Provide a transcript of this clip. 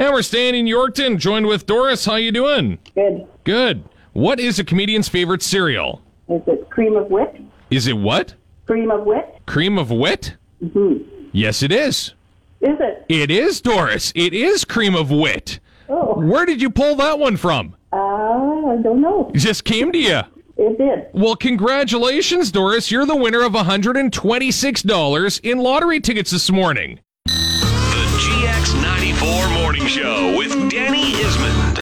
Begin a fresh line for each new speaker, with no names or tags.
And we're staying in Yorkton, joined with Doris. How you doing?
Good.
Good. What is a comedian's favorite cereal?
Is it cream of wit?
Is it what?
Cream of wit?
Cream of wit? Yes, it is.
Is it?
It is, Doris. It is cream of wit.
Oh,
Where did you pull that one from?
uh, I don't know.
It just came to you.
It did.
Well, congratulations, Doris. You're the winner of $126 in lottery tickets this morning.
The GX94 Morning Show with Danny Isman.